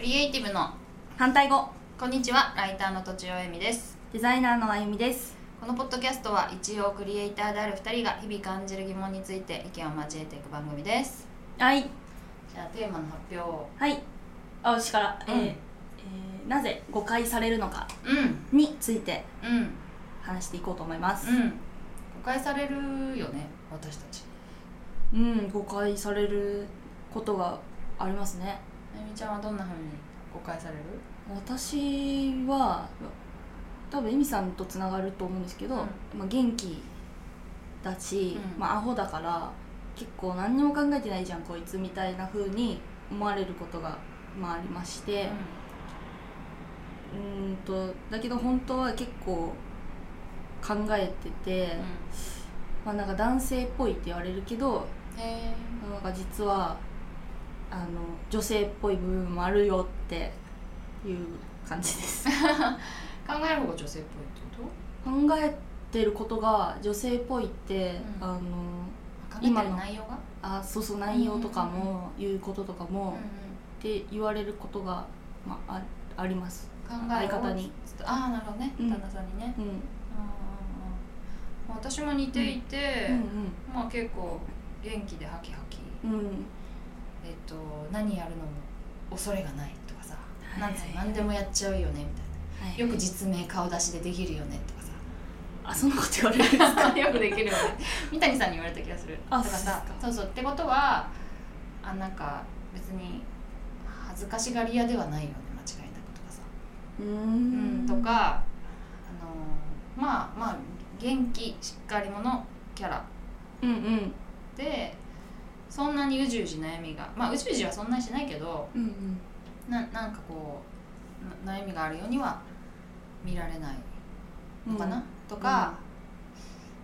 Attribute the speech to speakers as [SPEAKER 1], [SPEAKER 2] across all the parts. [SPEAKER 1] リエイティブの
[SPEAKER 2] 反対語
[SPEAKER 1] こんにちはライターのとちおえみです
[SPEAKER 2] デザイナーのあゆみです
[SPEAKER 1] このポッドキャストは一応クリエイターである2人が日々感じる疑問について意見を交えていく番組です
[SPEAKER 2] はい
[SPEAKER 1] じゃあテーマの発表を
[SPEAKER 2] はいあ牛から、えー
[SPEAKER 1] うん
[SPEAKER 2] えーなぜ誤解されるのか
[SPEAKER 1] うん
[SPEAKER 2] について
[SPEAKER 1] うん
[SPEAKER 2] 話していこうと思います
[SPEAKER 1] うん誤解されるよね私たち
[SPEAKER 2] うん、誤解されることがありますね
[SPEAKER 1] あゆみちゃんはどんな風に誤解される
[SPEAKER 2] 私は多分エミさんとつながると思うんですけど、
[SPEAKER 1] うん
[SPEAKER 2] まあ、元気だし、
[SPEAKER 1] うん
[SPEAKER 2] まあ、アホだから結構何にも考えてないじゃんこいつみたいな風に思われることが、まあ、ありまして、うーんとだけど本当は結構考えてて、
[SPEAKER 1] う
[SPEAKER 2] まあ、なんか男性っぽいって言われるけど
[SPEAKER 1] んへー
[SPEAKER 2] なんか実はあの女性っぽい部分もあるよっていう感じです
[SPEAKER 1] 考える方が女性っぽいってこ
[SPEAKER 2] 考えてることが女性っぽいって、
[SPEAKER 1] うん
[SPEAKER 2] あの
[SPEAKER 1] と考えて
[SPEAKER 2] 今
[SPEAKER 1] る
[SPEAKER 2] の
[SPEAKER 1] 内容が
[SPEAKER 2] あそうそう内容とか
[SPEAKER 1] うんう
[SPEAKER 2] も、言うこととか
[SPEAKER 1] う
[SPEAKER 2] も、
[SPEAKER 1] んうん
[SPEAKER 2] って言われることが、まあ、ああります、
[SPEAKER 1] 考え
[SPEAKER 2] 相
[SPEAKER 1] を
[SPEAKER 2] 方に
[SPEAKER 1] ああなるほどね
[SPEAKER 2] うん
[SPEAKER 1] 旦那さんにね、
[SPEAKER 2] うん、うん
[SPEAKER 1] うんうんうん私も似ていて、まあ結構元気でハキハキ
[SPEAKER 2] うんうん
[SPEAKER 1] えっと何やるのも恐れがないとかさ、
[SPEAKER 2] い
[SPEAKER 1] なんつうの何でもやっちゃうよねみたい
[SPEAKER 2] はい
[SPEAKER 1] なよく実名顔出しでできるよねとか
[SPEAKER 2] あそんなこと言われる んですか
[SPEAKER 1] さよくできるよね三谷さんに言われた気がする
[SPEAKER 2] あ
[SPEAKER 1] とかさ
[SPEAKER 2] そうですか
[SPEAKER 1] そうそうってことはあなんか別に恥ずかしがり屋ではないよね間違いなくとかさ
[SPEAKER 2] うー
[SPEAKER 1] うん
[SPEAKER 2] ん
[SPEAKER 1] とかあのまあまあ元気しっかり者キャラ
[SPEAKER 2] うんうん
[SPEAKER 1] でそんなにうじうじ悩みがまあうじうじはそんなにしないけど
[SPEAKER 2] うんうん
[SPEAKER 1] ななんかこうな悩みがあるようには見られないのかな、
[SPEAKER 2] うん
[SPEAKER 1] とか、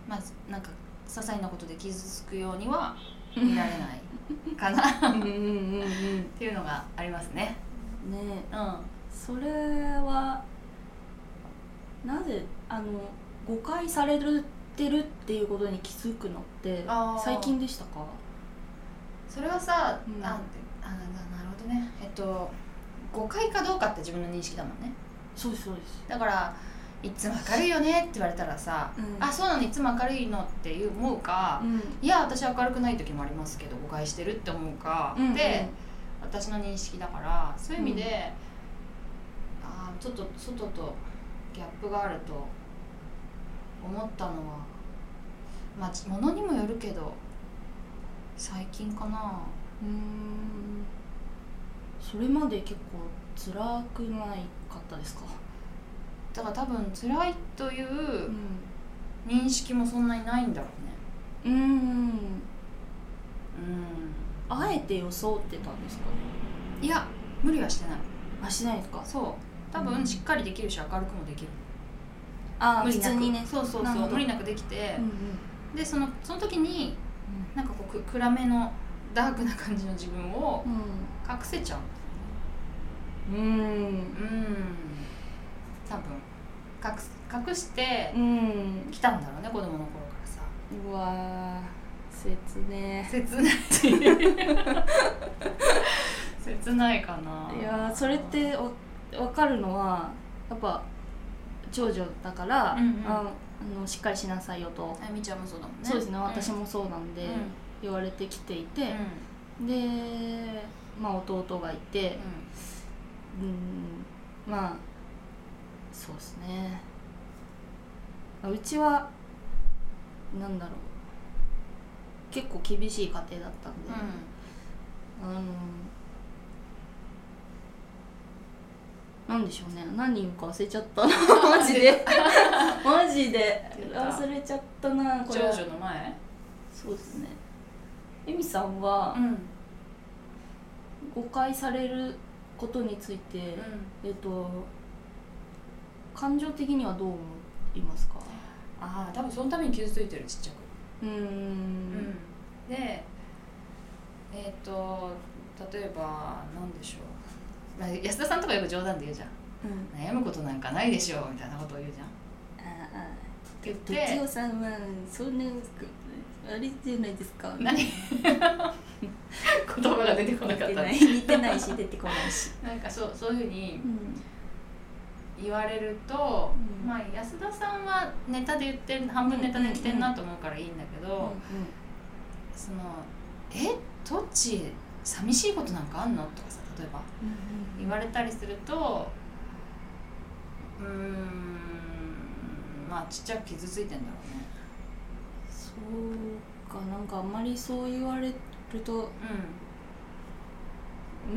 [SPEAKER 1] まあなんか些細なことで傷つくように は見られないかなっ
[SPEAKER 2] うんうんうんうん
[SPEAKER 1] ていうのがありますね。
[SPEAKER 2] ね
[SPEAKER 1] うん、うん
[SPEAKER 2] それはなぜあの誤解されるてるっていうことに気づくのって
[SPEAKER 1] あー
[SPEAKER 2] 最近でしたか
[SPEAKER 1] それはさ、
[SPEAKER 2] うん
[SPEAKER 1] ああななるほどねえっと誤解かどうかって自分の認識だもんね。
[SPEAKER 2] そうですそうです、
[SPEAKER 1] だからいつも明るいよねって言われたらさ、
[SPEAKER 2] うん
[SPEAKER 1] あそうなのいつも明るいのっていう思うか、
[SPEAKER 2] うん
[SPEAKER 1] いや私明るくない時もありますけど誤解してるって思うか、
[SPEAKER 2] うんうん
[SPEAKER 1] で私の認識だからそういう意味で、
[SPEAKER 2] うん
[SPEAKER 1] あーちょっと外とギャップがあると思ったのはまあち物にもよるけど最近かな
[SPEAKER 2] うーんそれまで結構辛くないかったですか、、
[SPEAKER 1] だから多分辛いといううん認識もそんなにないんだろ
[SPEAKER 2] うーん
[SPEAKER 1] うねうん
[SPEAKER 2] あえて装ってたんですかね
[SPEAKER 1] いや無理はしてない
[SPEAKER 2] あしないですか
[SPEAKER 1] そう多
[SPEAKER 2] う
[SPEAKER 1] 分
[SPEAKER 2] ん
[SPEAKER 1] しっかりできるし明るくもできる
[SPEAKER 2] あ
[SPEAKER 1] 無理なく
[SPEAKER 2] そ
[SPEAKER 1] そううそう
[SPEAKER 2] そ
[SPEAKER 1] う
[SPEAKER 2] そ
[SPEAKER 1] そうう無理なくできて
[SPEAKER 2] うん、
[SPEAKER 1] でそのその時になんかこうく暗めのダークな感じの自分を
[SPEAKER 2] う
[SPEAKER 1] 隠せちゃうん
[SPEAKER 2] うん
[SPEAKER 1] うん多分隠す隠して
[SPEAKER 2] うん
[SPEAKER 1] きたんだろうね子供の頃からさ
[SPEAKER 2] うわー切ね
[SPEAKER 1] 切ない切ないかない
[SPEAKER 2] いやーそれってわ分かるのはやっぱ長女だから、
[SPEAKER 1] うんうん
[SPEAKER 2] ああのしっかりしなさいよと、
[SPEAKER 1] あゆみちゃんもそうだもんね
[SPEAKER 2] そうですね私
[SPEAKER 1] も
[SPEAKER 2] もそうなんで、
[SPEAKER 1] うん
[SPEAKER 2] 言われてきていて
[SPEAKER 1] うん、
[SPEAKER 2] でまあ弟がいてうんまあそうですねあうちはなんだろう結構厳しい家庭だったんで、あのなんでしょうね何人か忘れちゃ ったなマジでマジで
[SPEAKER 1] 出た
[SPEAKER 2] 忘れちゃったな
[SPEAKER 1] うん
[SPEAKER 2] これ
[SPEAKER 1] 長女の前
[SPEAKER 2] そうですねエミさんは
[SPEAKER 1] ん、うん、
[SPEAKER 2] 誤解されることについて、えっと感情的にはどう思いますか
[SPEAKER 1] ああ多分そのために傷ついてるちっちゃく
[SPEAKER 2] うーん
[SPEAKER 1] でえっ、と例えば何でしょう、まあ、安田さんとかよく冗談で言うじゃん
[SPEAKER 2] うん
[SPEAKER 1] 悩むことなんかないでしょうみたいなことを言うじゃん
[SPEAKER 2] ああ
[SPEAKER 1] って
[SPEAKER 2] と
[SPEAKER 1] 言
[SPEAKER 2] き
[SPEAKER 1] って
[SPEAKER 2] おさんはそんなあれじゃないですか
[SPEAKER 1] 何言葉が出てこなかっ
[SPEAKER 2] 似て
[SPEAKER 1] た
[SPEAKER 2] ない
[SPEAKER 1] ね
[SPEAKER 2] 似てないし出てこないし、
[SPEAKER 1] なんかそうそういうふうに
[SPEAKER 2] うん
[SPEAKER 1] 言われると、
[SPEAKER 2] うん
[SPEAKER 1] まあ安田さんはネタで言ってる半分ネタで言ってるなと思うからいいんだけど、その「えどっち寂しいことなんかあんの?」とかさ例えば言われたりするとうーんまあちっちゃく傷ついてんだろうね。
[SPEAKER 2] そうかなんかあんまりそう言われると
[SPEAKER 1] う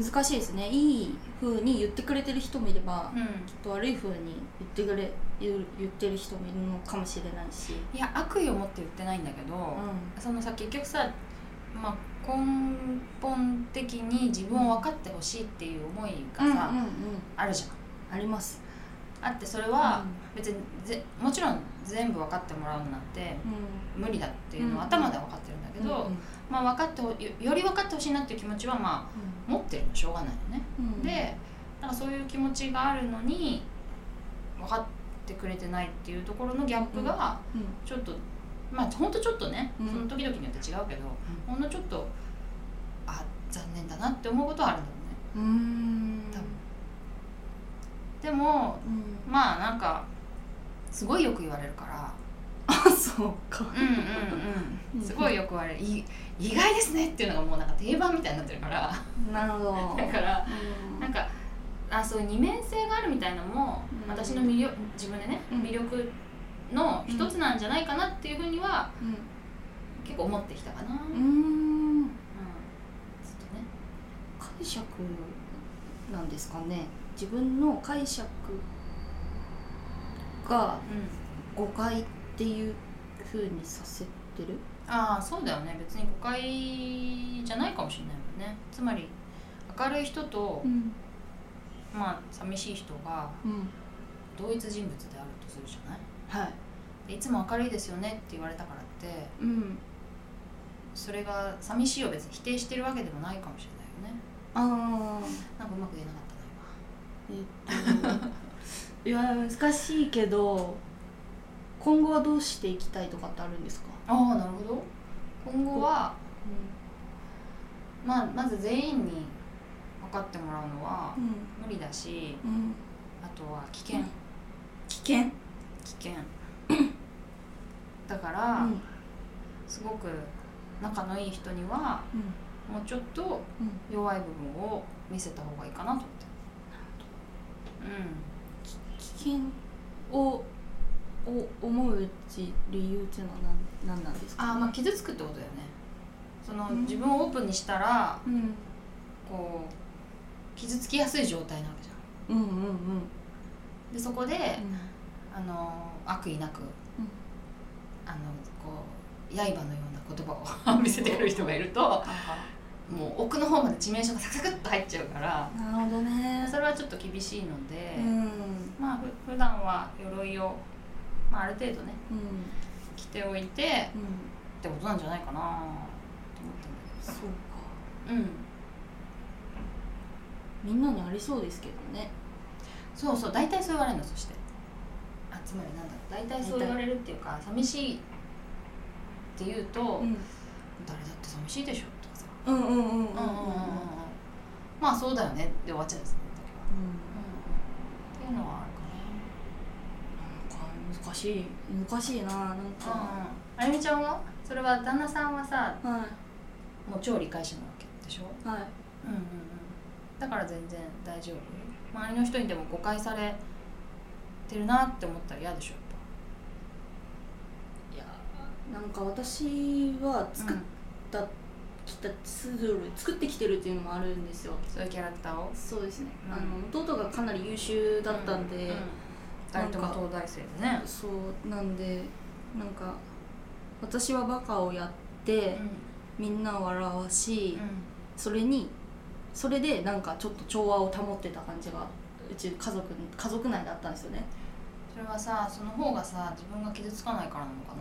[SPEAKER 2] 難しいですねいい風に言ってくれてる人もいれば、
[SPEAKER 1] ん、うん
[SPEAKER 2] ちょっと悪い風に言ってくれ言言ってる人もいるのかもしれないし、
[SPEAKER 1] いや悪意を持って言ってないんだけど、
[SPEAKER 2] うん
[SPEAKER 1] そのさ結局さ、まあ、根本的に自分を分かってほしいっていう思いがさ、
[SPEAKER 2] うんうんうん
[SPEAKER 1] あるじゃん。
[SPEAKER 2] あります
[SPEAKER 1] あってそれは別にぜもちろん全部分かってもらうなんて
[SPEAKER 2] うん、うん
[SPEAKER 1] 無理だっていうのは
[SPEAKER 2] うん
[SPEAKER 1] 頭では分かってるんだけど、
[SPEAKER 2] うん
[SPEAKER 1] まあ、分かってほよより分かってほしいなっていう気持ちはまあ持ってるのはしょうがないよね。
[SPEAKER 2] うんうん
[SPEAKER 1] でなんかそういう気持ちがあるのに分かってくれてないっていうところのギャップが
[SPEAKER 2] うん
[SPEAKER 1] ちょっと、まあほんとちょっとね、
[SPEAKER 2] うん
[SPEAKER 1] その時々によって違うけど、ほんのちょっとあ残念だなって思うことはあるんだろうね。
[SPEAKER 2] うーん
[SPEAKER 1] 多分でも
[SPEAKER 2] うん
[SPEAKER 1] まあなんかすごいよく言われるから。
[SPEAKER 2] あそうか
[SPEAKER 1] うんうんうん、すごいよく言われるい意外ですねっていうのがもうなんか定番みたいになってるから
[SPEAKER 2] なるほど
[SPEAKER 1] だから
[SPEAKER 2] うん
[SPEAKER 1] なんかあそういう二面性があるみたいなのも、
[SPEAKER 2] うん
[SPEAKER 1] 私の魅力自分でね
[SPEAKER 2] うん
[SPEAKER 1] 魅力の一つなんじゃないかなっていうふうには結構思ってきたかな、うん
[SPEAKER 2] うんうーん
[SPEAKER 1] ずっとね
[SPEAKER 2] 解釈なんですかね自分の解釈が誤解っていうふうにさせてる
[SPEAKER 1] ああそうだよね別に誤解じゃないかもしれないもんねつまり明るい人と、
[SPEAKER 2] ん
[SPEAKER 1] まあ寂しい人が
[SPEAKER 2] うん
[SPEAKER 1] 同一人物であるとするじゃない
[SPEAKER 2] はい
[SPEAKER 1] でいつも明るいですよねって言われたからって
[SPEAKER 2] うん
[SPEAKER 1] それが寂しいを別に否定してるわけでもないかもしれないよね
[SPEAKER 2] ああ
[SPEAKER 1] なんかうまく言えなかったな
[SPEAKER 2] えっ といや難しいけど今後はどうしていきたいとかってあるんですか、
[SPEAKER 1] ああなるほど今後は、まあ、まず全員に分かってもらうのは
[SPEAKER 2] うん
[SPEAKER 1] 無理だし
[SPEAKER 2] うん、
[SPEAKER 1] あとは危険
[SPEAKER 2] うん危険、うん
[SPEAKER 1] 危 険だから、すごく仲のいい人には
[SPEAKER 2] うん
[SPEAKER 1] もうちょっと
[SPEAKER 2] うん、
[SPEAKER 1] 弱い部分を見せた方がいいかなと思ってうん
[SPEAKER 2] 危険をを思うち理由っていうのは何何なんですか
[SPEAKER 1] ああまあ傷つくってことだよねその、
[SPEAKER 2] うん
[SPEAKER 1] 自分をオープンにしたら
[SPEAKER 2] うん
[SPEAKER 1] こう傷つきやすい状態なわけじゃん
[SPEAKER 2] うんうんうん
[SPEAKER 1] でそこで、
[SPEAKER 2] うん
[SPEAKER 1] あの悪意なく、あのこう刃のような言葉を 見せてくる人がいると
[SPEAKER 2] あ
[SPEAKER 1] もう奥の方まで致命傷がサクサクっと入っちゃうから
[SPEAKER 2] なるほどね
[SPEAKER 1] それはちょっと厳しいので、
[SPEAKER 2] うん
[SPEAKER 1] まあふ普段は鎧を、まあ、ある程度ね
[SPEAKER 2] うん
[SPEAKER 1] 着ておいてっ
[SPEAKER 2] うん
[SPEAKER 1] てことなんじゃないかなと思
[SPEAKER 2] そうか
[SPEAKER 1] ってんだけどうん
[SPEAKER 2] みんなにありそうですけどね
[SPEAKER 1] そうそう大体そう言われるのそしてあつまりなんだろう大体そう言われるっていうか寂しいって言うと、
[SPEAKER 2] ん
[SPEAKER 1] 誰だって寂しいでしょとかさ
[SPEAKER 2] うんうんうんうんう
[SPEAKER 1] うんうん
[SPEAKER 2] ん
[SPEAKER 1] うんうんまあそうだよねで終わっちゃうんですね時は、うん、っていうのはある
[SPEAKER 2] なんか難しい難しいななん
[SPEAKER 1] かな
[SPEAKER 2] か、
[SPEAKER 1] あゆみちゃんはそれは旦那さんはさ
[SPEAKER 2] は
[SPEAKER 1] もう超理解者なわけでしょ、
[SPEAKER 2] いはい
[SPEAKER 1] うんうんうん、だから全然大丈夫周りの人にでも誤解されてるなって思ったら嫌でしょ
[SPEAKER 2] いやなんか私は
[SPEAKER 1] やっ
[SPEAKER 2] 作
[SPEAKER 1] ぱ、
[SPEAKER 2] っ
[SPEAKER 1] うん、
[SPEAKER 2] た、きたスズル作ってきてるっていうのもあるんですよ
[SPEAKER 1] そういうキャラクターを
[SPEAKER 2] そうですね、
[SPEAKER 1] うん
[SPEAKER 2] あの弟がかなり優秀だったんで、
[SPEAKER 1] うんうん二人とも東大生でね
[SPEAKER 2] そうなんでなんか私はバカをやって、みんなを笑わし、それにそれでなんかちょっと調和を保ってた感じがうち家族家族内だったんですよね
[SPEAKER 1] それはさその方がさ自分が傷つかないからなのか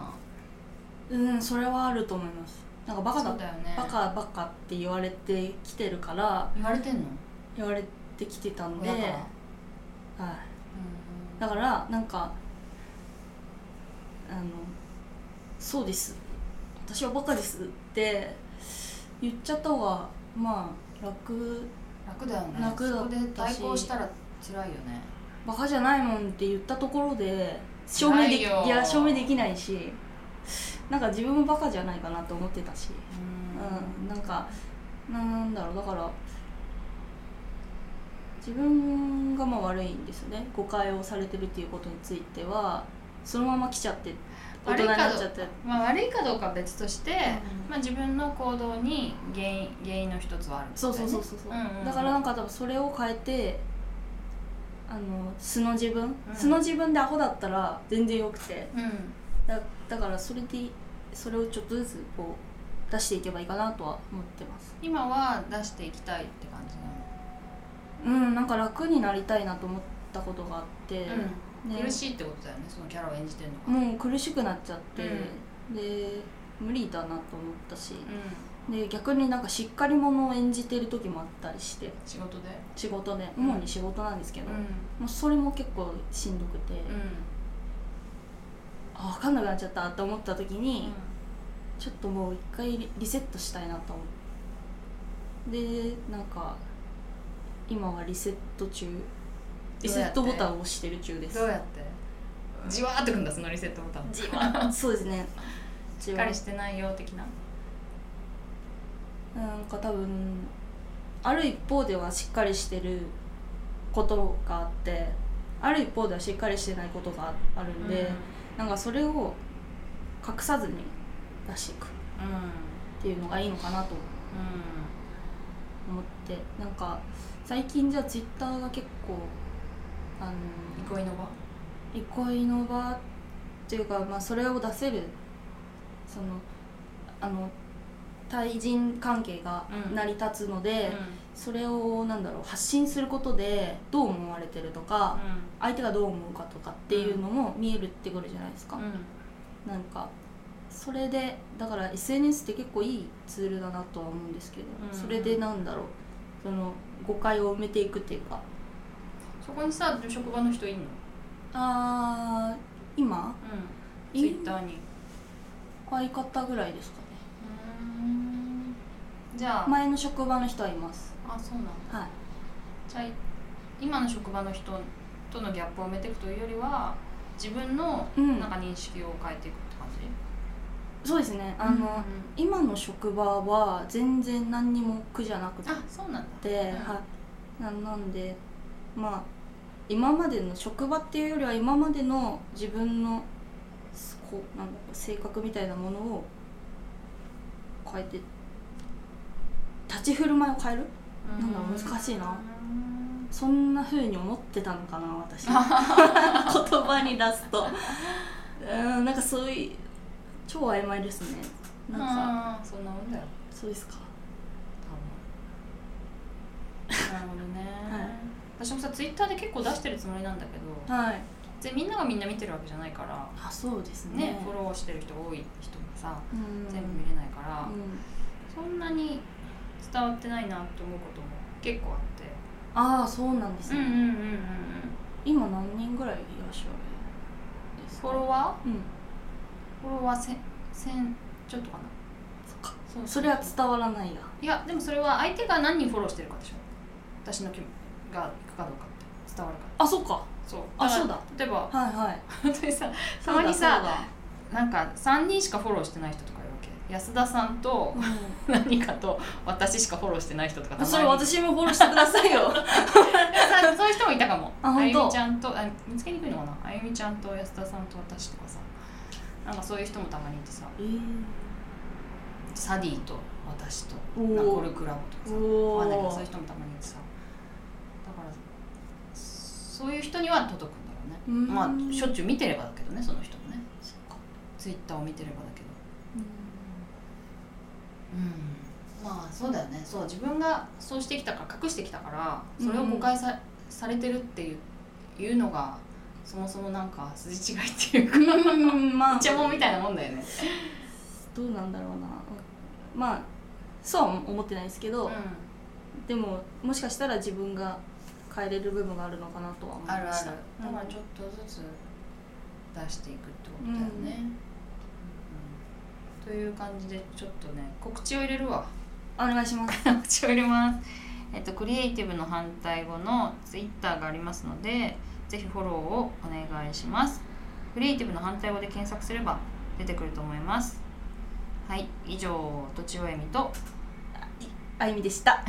[SPEAKER 1] な
[SPEAKER 2] うんそれはあると思いますなんかバカだ
[SPEAKER 1] そうだよね
[SPEAKER 2] バカバカって言われてきてるから
[SPEAKER 1] 言われてんの
[SPEAKER 2] 言われてきてたんで、
[SPEAKER 1] 親か
[SPEAKER 2] はい
[SPEAKER 1] ら、うん
[SPEAKER 2] だからなんかあの「そうです私はバカです」って言っちゃった方がまあ楽
[SPEAKER 1] 楽だよね
[SPEAKER 2] 楽だ
[SPEAKER 1] そこ
[SPEAKER 2] ったし
[SPEAKER 1] で対抗したら辛いよね
[SPEAKER 2] バカじゃないもんって言ったところで証明でき
[SPEAKER 1] ないよ
[SPEAKER 2] いや証明できないしなんか自分もバカじゃないかなと思ってたし、
[SPEAKER 1] う
[SPEAKER 2] うん、なんかなんだろうだから自分がまあ悪いんですよね誤解をされてるっていうことについてはそのまま来ちゃって大人になっちゃって、
[SPEAKER 1] まあ、悪いかどうかは別として、
[SPEAKER 2] うん
[SPEAKER 1] まあ、自分の行動に原因原因の一つはあるみたい
[SPEAKER 2] そう
[SPEAKER 1] なね
[SPEAKER 2] そうそうそうそう、
[SPEAKER 1] んん
[SPEAKER 2] だからなんか多分それを変えてあの素の自分、
[SPEAKER 1] うん
[SPEAKER 2] 素の自分でアホだったら全然よくて
[SPEAKER 1] うん
[SPEAKER 2] だだからそれでそれをちょっとずつこう出していけばいいかなとは思ってます
[SPEAKER 1] 今は出していきたいって感じな
[SPEAKER 2] うんなんか楽になりたいなと思ったことがあって、
[SPEAKER 1] の、
[SPEAKER 2] ね
[SPEAKER 1] 苦しいってことだよねそのキャラを演じてるのが、
[SPEAKER 2] もう苦しくなっちゃって、で無理だなと思ったし、で逆になんかしっかり者を演じてる時もあったりして
[SPEAKER 1] 仕事で
[SPEAKER 2] 仕事で
[SPEAKER 1] うん
[SPEAKER 2] 主に仕事なんですけど、
[SPEAKER 1] うん
[SPEAKER 2] もうそれも結構しんどくて、あ分かんなくなっちゃったと思った時に、ちょっともう一回リリセットしたいなと思うでなんか今はリセット中リセットボタンを押してる中です
[SPEAKER 1] どうやってじわーってくんだそのリセットボタン
[SPEAKER 2] じわ そうですね
[SPEAKER 1] しっかりしてないよ的な
[SPEAKER 2] なんか多分ある一方ではしっかりしてることがあってある一方ではしっかりしてないことがあるんで、なんかそれを隠さずに出していくっ
[SPEAKER 1] うんうん、
[SPEAKER 2] ていうのがいいのかなと思ってなんか最近じゃあツイッターが結構あの
[SPEAKER 1] 憩いの場
[SPEAKER 2] 憩いの場っていうか、まあ、それを出せるそのあの対人関係が
[SPEAKER 1] うん
[SPEAKER 2] 成り立つので、それをなんだろう発信することでどう思われてるとか、相手がどう思うかとかっていうのも見えるってくるじゃないですか、
[SPEAKER 1] うんうん
[SPEAKER 2] なんかそれでだから SNS って結構いいツールだなとは思うんですけど、
[SPEAKER 1] うん
[SPEAKER 2] それでなんだろうその誤解を埋めていくっていうか
[SPEAKER 1] そこにさ職場の人いんの
[SPEAKER 2] あー今
[SPEAKER 1] うん
[SPEAKER 2] い
[SPEAKER 1] ツイッターに
[SPEAKER 2] 相方ぐらいですかね
[SPEAKER 1] うんじゃあ、
[SPEAKER 2] 前の職場の人はいます
[SPEAKER 1] あそうなんだ
[SPEAKER 2] はい
[SPEAKER 1] じゃあ今の職場の人とのギャップを埋めていくというよりは自分の
[SPEAKER 2] うん
[SPEAKER 1] なんか認識を変えていくって感じ、
[SPEAKER 2] そうですねあの、
[SPEAKER 1] うん
[SPEAKER 2] 今の職場は全然何にも苦じゃなくて
[SPEAKER 1] あそうなんだ
[SPEAKER 2] で、はいななんでまあ今までの職場っていうよりは今までの自分のすこうなんだろう性格みたいなものを変えて立ち振る舞いを変えるなんだろう難しいな
[SPEAKER 1] うん
[SPEAKER 2] そんな風に思ってたのかな 私言葉に出すとうんなんかそういう超曖昧ですねなんか
[SPEAKER 1] あーそんなもんだよ
[SPEAKER 2] そうですか
[SPEAKER 1] 多分なるほどね、
[SPEAKER 2] はい
[SPEAKER 1] 私もさツイッターで結構出してるつもりなんだけど
[SPEAKER 2] はい
[SPEAKER 1] でみんながみんな見てるわけじゃないから
[SPEAKER 2] あそうですね
[SPEAKER 1] ね、フォローしてる人多い人もさ
[SPEAKER 2] うん
[SPEAKER 1] 全部見れないから、
[SPEAKER 2] うん
[SPEAKER 1] そんなに伝わってないなって思うことも結構あって
[SPEAKER 2] ああそうなんです
[SPEAKER 1] うん
[SPEAKER 2] ね、
[SPEAKER 1] うんうんうんうん
[SPEAKER 2] 今何人ぐらいいらっしゃるんです
[SPEAKER 1] フ
[SPEAKER 2] か
[SPEAKER 1] ォロワ
[SPEAKER 2] うん
[SPEAKER 1] ーフォロワーせんせんちょっとかな
[SPEAKER 2] そっか
[SPEAKER 1] そう
[SPEAKER 2] それは伝わらないや
[SPEAKER 1] いやでもそれは相手が何人フォローしてるかでしょ私の気分がいくかどうかって伝わるから
[SPEAKER 2] あそっか
[SPEAKER 1] そう
[SPEAKER 2] あ
[SPEAKER 1] から
[SPEAKER 2] そうだ
[SPEAKER 1] 例えば
[SPEAKER 2] はいはい
[SPEAKER 1] 本当にさた
[SPEAKER 2] そう
[SPEAKER 1] ま
[SPEAKER 2] だ
[SPEAKER 1] に
[SPEAKER 2] そう
[SPEAKER 1] さ
[SPEAKER 2] だ
[SPEAKER 1] なんか3人しかフォローしてない人とかいるわけ安田さんと
[SPEAKER 2] うん
[SPEAKER 1] 何かと私しかフォローしてない人とかたまに
[SPEAKER 2] それ私もフォローしてください よ
[SPEAKER 1] さ そういう人もいたかも
[SPEAKER 2] あ
[SPEAKER 1] あ
[SPEAKER 2] 本
[SPEAKER 1] ゆ
[SPEAKER 2] 当
[SPEAKER 1] みちゃんとあ見つけにくいのかなあゆみちゃんと安田さんと私とかさなんかそういう人もたまにいてさ
[SPEAKER 2] え
[SPEAKER 1] サディと私と
[SPEAKER 2] おー
[SPEAKER 1] ナコルクラブとか
[SPEAKER 2] え
[SPEAKER 1] さ
[SPEAKER 2] お
[SPEAKER 1] わかんないけど
[SPEAKER 2] お
[SPEAKER 1] そういう人もたまにいてさだからそういう人には届くんだろうね
[SPEAKER 2] うーん
[SPEAKER 1] まあしょっちゅう見てればだけどねその人もね
[SPEAKER 2] そっか
[SPEAKER 1] ツイッターを見てればだけど
[SPEAKER 2] うん
[SPEAKER 1] うんまあそうだよねそう自分がそうしてきたから隠してきたからそれを誤解さ,、されてるっていういうのがそもそもなんか筋違いっていうか
[SPEAKER 2] うんまあ
[SPEAKER 1] お茶もんみたいなもんだよね。
[SPEAKER 2] どうなんだろうなまあそうは思ってないですけど、
[SPEAKER 1] う
[SPEAKER 2] でももしかしたら自分が変えれる部分があるのかなとは思い
[SPEAKER 1] ん、ある
[SPEAKER 2] ま
[SPEAKER 1] あ
[SPEAKER 2] し
[SPEAKER 1] る
[SPEAKER 2] た。
[SPEAKER 1] だからち
[SPEAKER 2] ょ
[SPEAKER 1] ょっとずつ出していくってことだよね。うんという感じでちょっとね告知を入れるわ
[SPEAKER 2] お願いします
[SPEAKER 1] 持ち寄ります。えっと、クリエイティブの反対語のツイッターがありますので、ぜひフォローをお願いします。クリエイティブの反対語で検索すれば出てくると思います。はい、以上、とちおえみと、
[SPEAKER 2] あゆみでした